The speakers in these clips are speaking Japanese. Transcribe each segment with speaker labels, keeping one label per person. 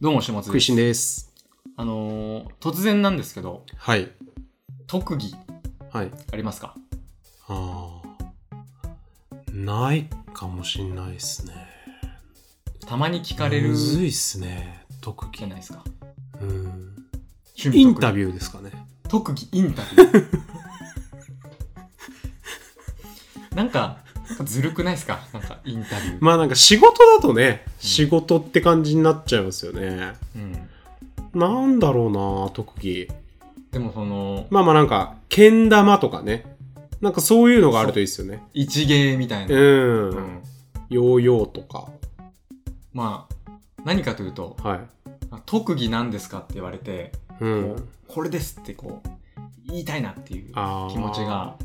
Speaker 1: どうも、下松
Speaker 2: 食
Speaker 1: で
Speaker 2: いし
Speaker 1: す。
Speaker 2: んです。
Speaker 1: あのー突然なんですけど、
Speaker 2: はい。
Speaker 1: 特技
Speaker 2: はい。
Speaker 1: ありますか
Speaker 2: あーないかもしんないですね。
Speaker 1: たまに聞かれる
Speaker 2: む
Speaker 1: じ
Speaker 2: ずいっすね。特
Speaker 1: ゃ
Speaker 2: 技。
Speaker 1: ないですか。
Speaker 2: うん。
Speaker 1: 趣
Speaker 2: インタ
Speaker 1: ュー。
Speaker 2: ビューですかね。
Speaker 1: 特技インタビュー。 なんか、なんかずるくないですかなんかインタビュー。
Speaker 2: まあなんか仕事だとね、仕事って感じになっちゃいますよね。
Speaker 1: うん、
Speaker 2: なんだろうな、特技。
Speaker 1: でも、その、
Speaker 2: まあまあなんか、けん玉とかね。なんかそういうのがあるといいっすよね。
Speaker 1: 一芸みたいうな。
Speaker 2: ん。
Speaker 1: うん
Speaker 2: ヨーヨーとか。
Speaker 1: まあ、何かというと、
Speaker 2: はい。
Speaker 1: 特技なんですかって言われて、
Speaker 2: うん。
Speaker 1: これですってこう、言いたいなっていう
Speaker 2: あー
Speaker 1: 気持ちが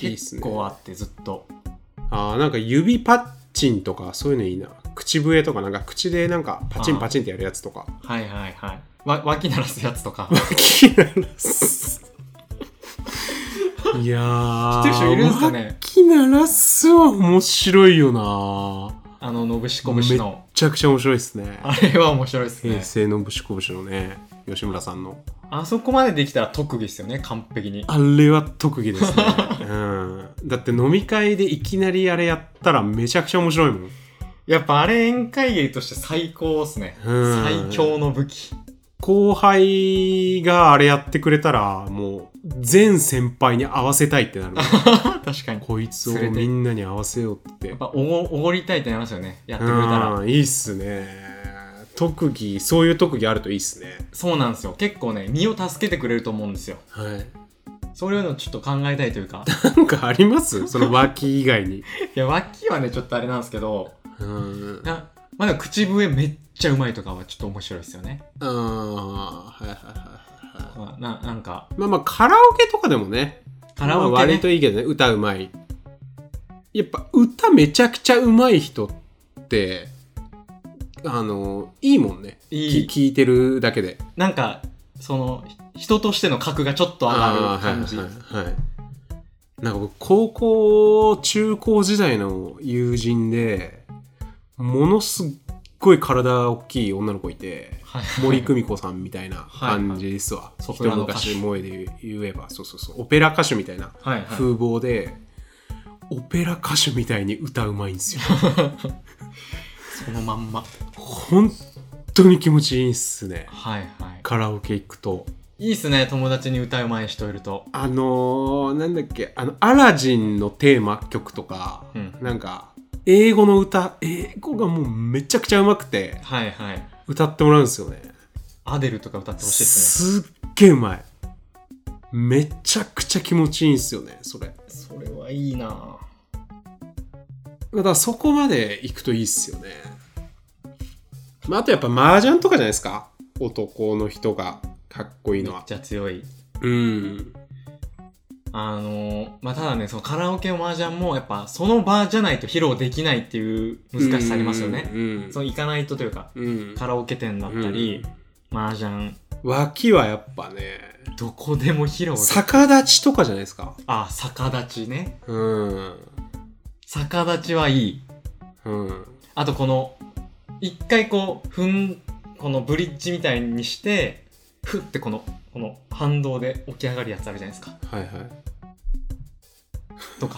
Speaker 2: いいっす
Speaker 1: 結
Speaker 2: ね
Speaker 1: 構あって、ずっと。
Speaker 2: あーなんか指パッチンとかそういうのいいな口笛とかなんか口でなんかパチンパチンってやるやつとか
Speaker 1: はいはいはい。わ、脇鳴らすやつとか。
Speaker 2: 気にならすいや
Speaker 1: 知っ
Speaker 2: ー
Speaker 1: てる人いるんすかね
Speaker 2: 気ならすは面白いよな
Speaker 1: あの、のぶしこぶしの。
Speaker 2: めちゃくちゃ面白いですね
Speaker 1: あれは面白いですね
Speaker 2: 平。成のぶしこぶしのね吉村さんの
Speaker 1: あそこまでできたら特技ですよね、完璧に。
Speaker 2: あれは特 技ですね、うん、だって飲み会でいきなりあれやったらめちゃくちゃ面白いもん
Speaker 1: やっぱあれ宴会芸として最高ですね。
Speaker 2: うん
Speaker 1: 最強の武器。
Speaker 2: 後輩があれやってくれたらもう全先輩に合わせた いってなる
Speaker 1: 確かに。
Speaker 2: こいつを
Speaker 1: 連れて
Speaker 2: みんなに合わせようって
Speaker 1: やっぱおご、おごりたいってなりますよね。やってくれたら。
Speaker 2: うんいいっすね特技そういう特技あるといいっすね
Speaker 1: そうなんですよ。結構ね、身を助けてくれると思うんですよ。
Speaker 2: はい
Speaker 1: そういうのちょっと考えたいというか。
Speaker 2: なんかありますその脇以外に
Speaker 1: いや、脇はね、ちょっとあれなんですけど、
Speaker 2: うん
Speaker 1: な、まだ口笛めっちゃうまいとかはちょっと面白いですよね。
Speaker 2: あーはいはいはいは
Speaker 1: まあな、なんか、
Speaker 2: いまあまあカラオケとかでもね
Speaker 1: カラオケ、ね。
Speaker 2: まあ割といいけどね歌うまいやっぱ歌めちゃくちゃうまい人ってあのいいもんね
Speaker 1: いい
Speaker 2: き聞いてるだけで
Speaker 1: なんか、その、人としての格がちょっと上がる
Speaker 2: あー
Speaker 1: 感じ。
Speaker 2: はいはいはいなんか僕高校中高時代の友人でものすっごい体大きい女の子いて
Speaker 1: はい
Speaker 2: 森久美子さんみたいな感じですわ、
Speaker 1: いはい
Speaker 2: 一昔前で言えばそうそうそうオペラ歌手みたいな
Speaker 1: はいはい
Speaker 2: 風貌で、オペラ歌手みたいに歌うまいんですよ
Speaker 1: そのまんま。
Speaker 2: 本当に気持ちいいっすね
Speaker 1: はいはい。
Speaker 2: カラオケ行くと
Speaker 1: いいっすね、友達に歌うまい人いると。
Speaker 2: あのー、なんだっけあのアラジンのテーマ曲とか、
Speaker 1: うん
Speaker 2: なんか英語の歌英語がもうめちゃくちゃうまくて
Speaker 1: はいはい。
Speaker 2: 歌ってもらうんですよね
Speaker 1: アデルとか歌ってほしいっすね。
Speaker 2: すっげえうまいめちゃくちゃ気持ちいいんすよねそれ
Speaker 1: それはいいな
Speaker 2: だからそこまで行くといいっすよね、まあ、あとやっぱ麻雀とかじゃないですか男の人がかっこいい
Speaker 1: めっ
Speaker 2: のは
Speaker 1: ちゃ強い。
Speaker 2: うん
Speaker 1: あのーまあ、ただね、そのカラオケも麻雀も、やっぱその場じゃないと披露できないっていう難しさありますよね。
Speaker 2: うん
Speaker 1: その行かないとというか、
Speaker 2: うん
Speaker 1: カラオケ店だったり、麻雀、
Speaker 2: 脇はやっぱね
Speaker 1: どこでも披露で
Speaker 2: 逆立ちとかじゃないですか
Speaker 1: あ、逆立ちね。
Speaker 2: うん
Speaker 1: 逆立ちはいい。
Speaker 2: うん
Speaker 1: あとこの、一回こう、ふん、このブリッジみたいにして、ふってこの、この反動で起き上がるやつあるじゃないですか。
Speaker 2: はいはい
Speaker 1: とか。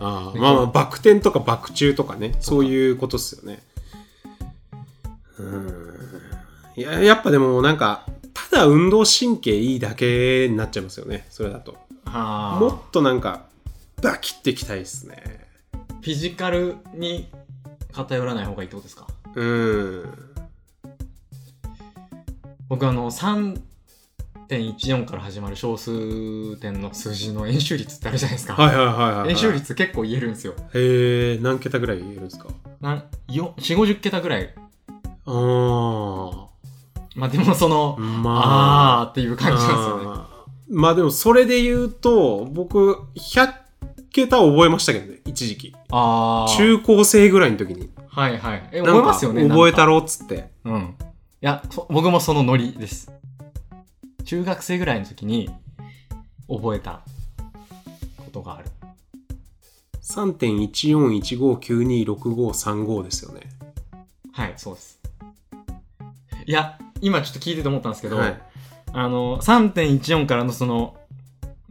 Speaker 2: ああ
Speaker 1: ね
Speaker 2: まあまあバク転とかバク宙とかねそういうことっすよねうんいややっぱでもなんかただ運動神経いいだけになっちゃいますよねそれだと
Speaker 1: あ
Speaker 2: もっとなんかバキっていきたいっすね
Speaker 1: フィジカルに偏らない方がいいってことですか
Speaker 2: うん
Speaker 1: 僕あの、3.14から始まる小数点の数字の演習率ってあるじゃないですか。
Speaker 2: はいはいはいはい、はい、
Speaker 1: 演習率結構言えるんですよ。
Speaker 2: へえ何桁ぐらい言えるんですか
Speaker 1: なん、よ、4、50桁ぐらい。
Speaker 2: ああ
Speaker 1: まあでもその、
Speaker 2: まあ
Speaker 1: あーっていう感じなんですよね。
Speaker 2: あーまあでもそれで言うと僕100桁覚えましたけどね一時期
Speaker 1: ああ。
Speaker 2: 中高生ぐらいの時に
Speaker 1: はいはい。え、
Speaker 2: な
Speaker 1: 覚え
Speaker 2: ん
Speaker 1: ま
Speaker 2: か
Speaker 1: すよね。
Speaker 2: 覚えた
Speaker 1: ろ。
Speaker 2: ろっつって
Speaker 1: うん。いや、そ僕もそのノリです。中学生ぐらいの時に覚えたことがある。
Speaker 2: 3.1415926535ですよね
Speaker 1: はい、そうです。いや今ちょっと聞いてて思ったんですけど、
Speaker 2: はい
Speaker 1: あの3.14からのその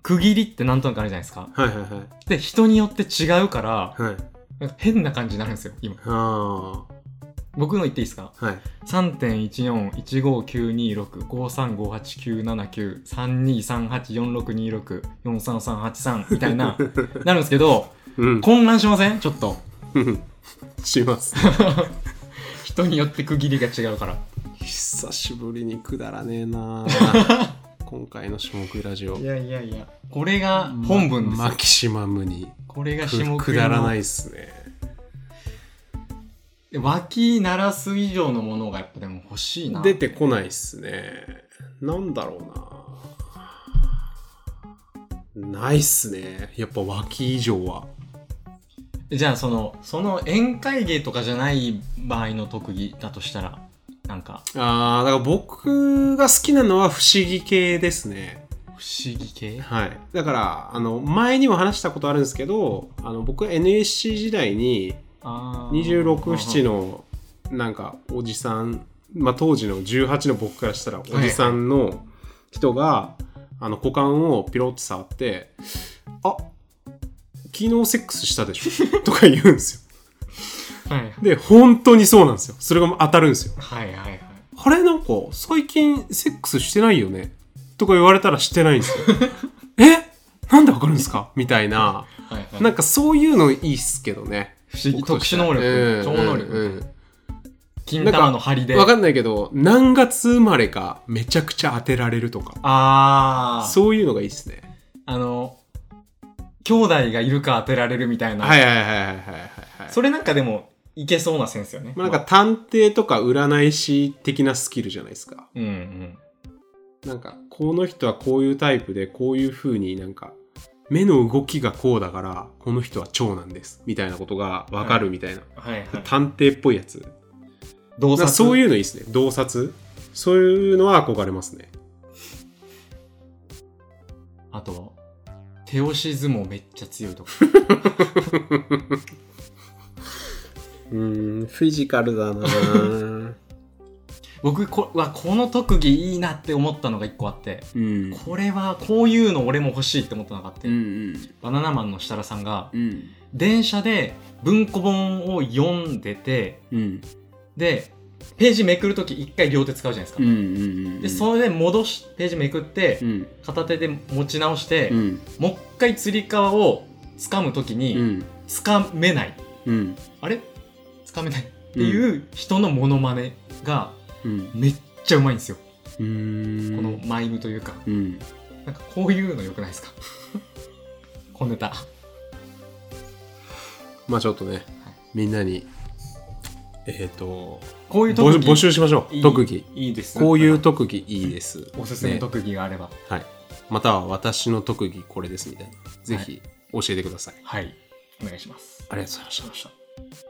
Speaker 1: 区切りってなんとなくあるじゃないですか
Speaker 2: はいはいはい
Speaker 1: で人によって違うから
Speaker 2: はい
Speaker 1: なんか変な感じになるんですよ今
Speaker 2: あ
Speaker 1: 僕の言っていいですか
Speaker 2: あはい
Speaker 1: 3.1415926535897932338464383みたい ななるんですけど
Speaker 2: うん
Speaker 1: 混乱しませんちょっと
Speaker 2: します
Speaker 1: 人によって区切りが違うから
Speaker 2: 久しぶりにくだらねえなあ 今回の下食いラジオ
Speaker 1: やいやいやこれが本文ですよ、
Speaker 2: マキシマムに
Speaker 1: これが下
Speaker 2: く
Speaker 1: 食
Speaker 2: く
Speaker 1: いの
Speaker 2: だらないっすね
Speaker 1: 脇鳴らす以上のものがやっぱでも欲しいな
Speaker 2: 出てこないっすねなんだろうなないっすねやっぱ脇以上は
Speaker 1: じゃあそのその宴会芸とかじゃない場合の特技だとしたらなんか
Speaker 2: あーだから僕が好きなのは不思議系ですね
Speaker 1: 不思議系
Speaker 2: はい、だからあの前にも話したことあるんですけどあの僕 NSC 時代に
Speaker 1: あー
Speaker 2: 267のなんかおじさん、まあ、当時の18の僕からしたらおじさんの人があの股間をピロッと触って「あ昨日セックスしたでしょ」とか言うんですよ。
Speaker 1: はい
Speaker 2: で本当にそうなんですよ。それが当たるんですよ。
Speaker 1: はいはいはい
Speaker 2: あれなんか最近セックスしてないよねとか言われたらしてないんですよ。 えなんでわかるんですかみたいな。
Speaker 1: はいはい
Speaker 2: なんかそういうのいいっすけどね。
Speaker 1: 不思議
Speaker 2: 僕と
Speaker 1: 特
Speaker 2: して
Speaker 1: 殊
Speaker 2: は
Speaker 1: 能力、
Speaker 2: うん
Speaker 1: 超能力、
Speaker 2: うんうん
Speaker 1: 金玉の針で
Speaker 2: わかんないけど何月生まれかめちゃくちゃ当てられるとか
Speaker 1: ああ
Speaker 2: そういうのがいいっすね
Speaker 1: あの兄弟がいるか当てられるみたいな、
Speaker 2: はいはいはいはいはいはい
Speaker 1: それなんかでもいけそうなセンスよね、
Speaker 2: まあ、なんか探偵とか占い師的なスキルじゃないですか
Speaker 1: うんうん
Speaker 2: なんかこの人はこういうタイプでこういう風になんか目の動きがこうだからこの人は長男ですみたいなことがわかるみたいな、
Speaker 1: はいはい
Speaker 2: 探偵っぽいやつ
Speaker 1: 洞
Speaker 2: なん
Speaker 1: 察
Speaker 2: かそう
Speaker 1: う
Speaker 2: いうのいいっすね洞察そういうのは憧れますね
Speaker 1: あと手押し相撲めっちゃ強いとか
Speaker 2: うんフィジカルだなぁ
Speaker 1: 僕こはこの特技いいなって思ったのが一個あって
Speaker 2: うん
Speaker 1: これはこういうの俺も欲しいって思ったのがあって、
Speaker 2: うん
Speaker 1: バナナマンの設楽さんが
Speaker 2: うん
Speaker 1: 電車で文庫本を読んでて
Speaker 2: うん
Speaker 1: でページめくるとき一回両手使うじゃないですか、
Speaker 2: うんうんうん
Speaker 1: でそれで戻しページめくって
Speaker 2: うん
Speaker 1: 片手で持ち直して、
Speaker 2: うん
Speaker 1: もう一回つり革を掴むとき
Speaker 2: う
Speaker 1: に
Speaker 2: ん
Speaker 1: 掴めない、
Speaker 2: うん
Speaker 1: あれ掴めないっていう人のモノマネが
Speaker 2: うん
Speaker 1: めっちゃうまいんですよ、
Speaker 2: うーん
Speaker 1: このマイムというか
Speaker 2: うん
Speaker 1: なんかこういうのよくないですか このネタ
Speaker 2: まあちょっとねみんなにえっ、と
Speaker 1: こういう
Speaker 2: 募
Speaker 1: 特
Speaker 2: 集
Speaker 1: 技
Speaker 2: 募集しましょう
Speaker 1: いい
Speaker 2: 特技
Speaker 1: いいです
Speaker 2: こういう特技いいです
Speaker 1: おすすめ
Speaker 2: ね
Speaker 1: 特技があれば、
Speaker 2: はいまたは私の特技これですみたいなぜひ教えてください、
Speaker 1: はいお願いします
Speaker 2: ありがとうございました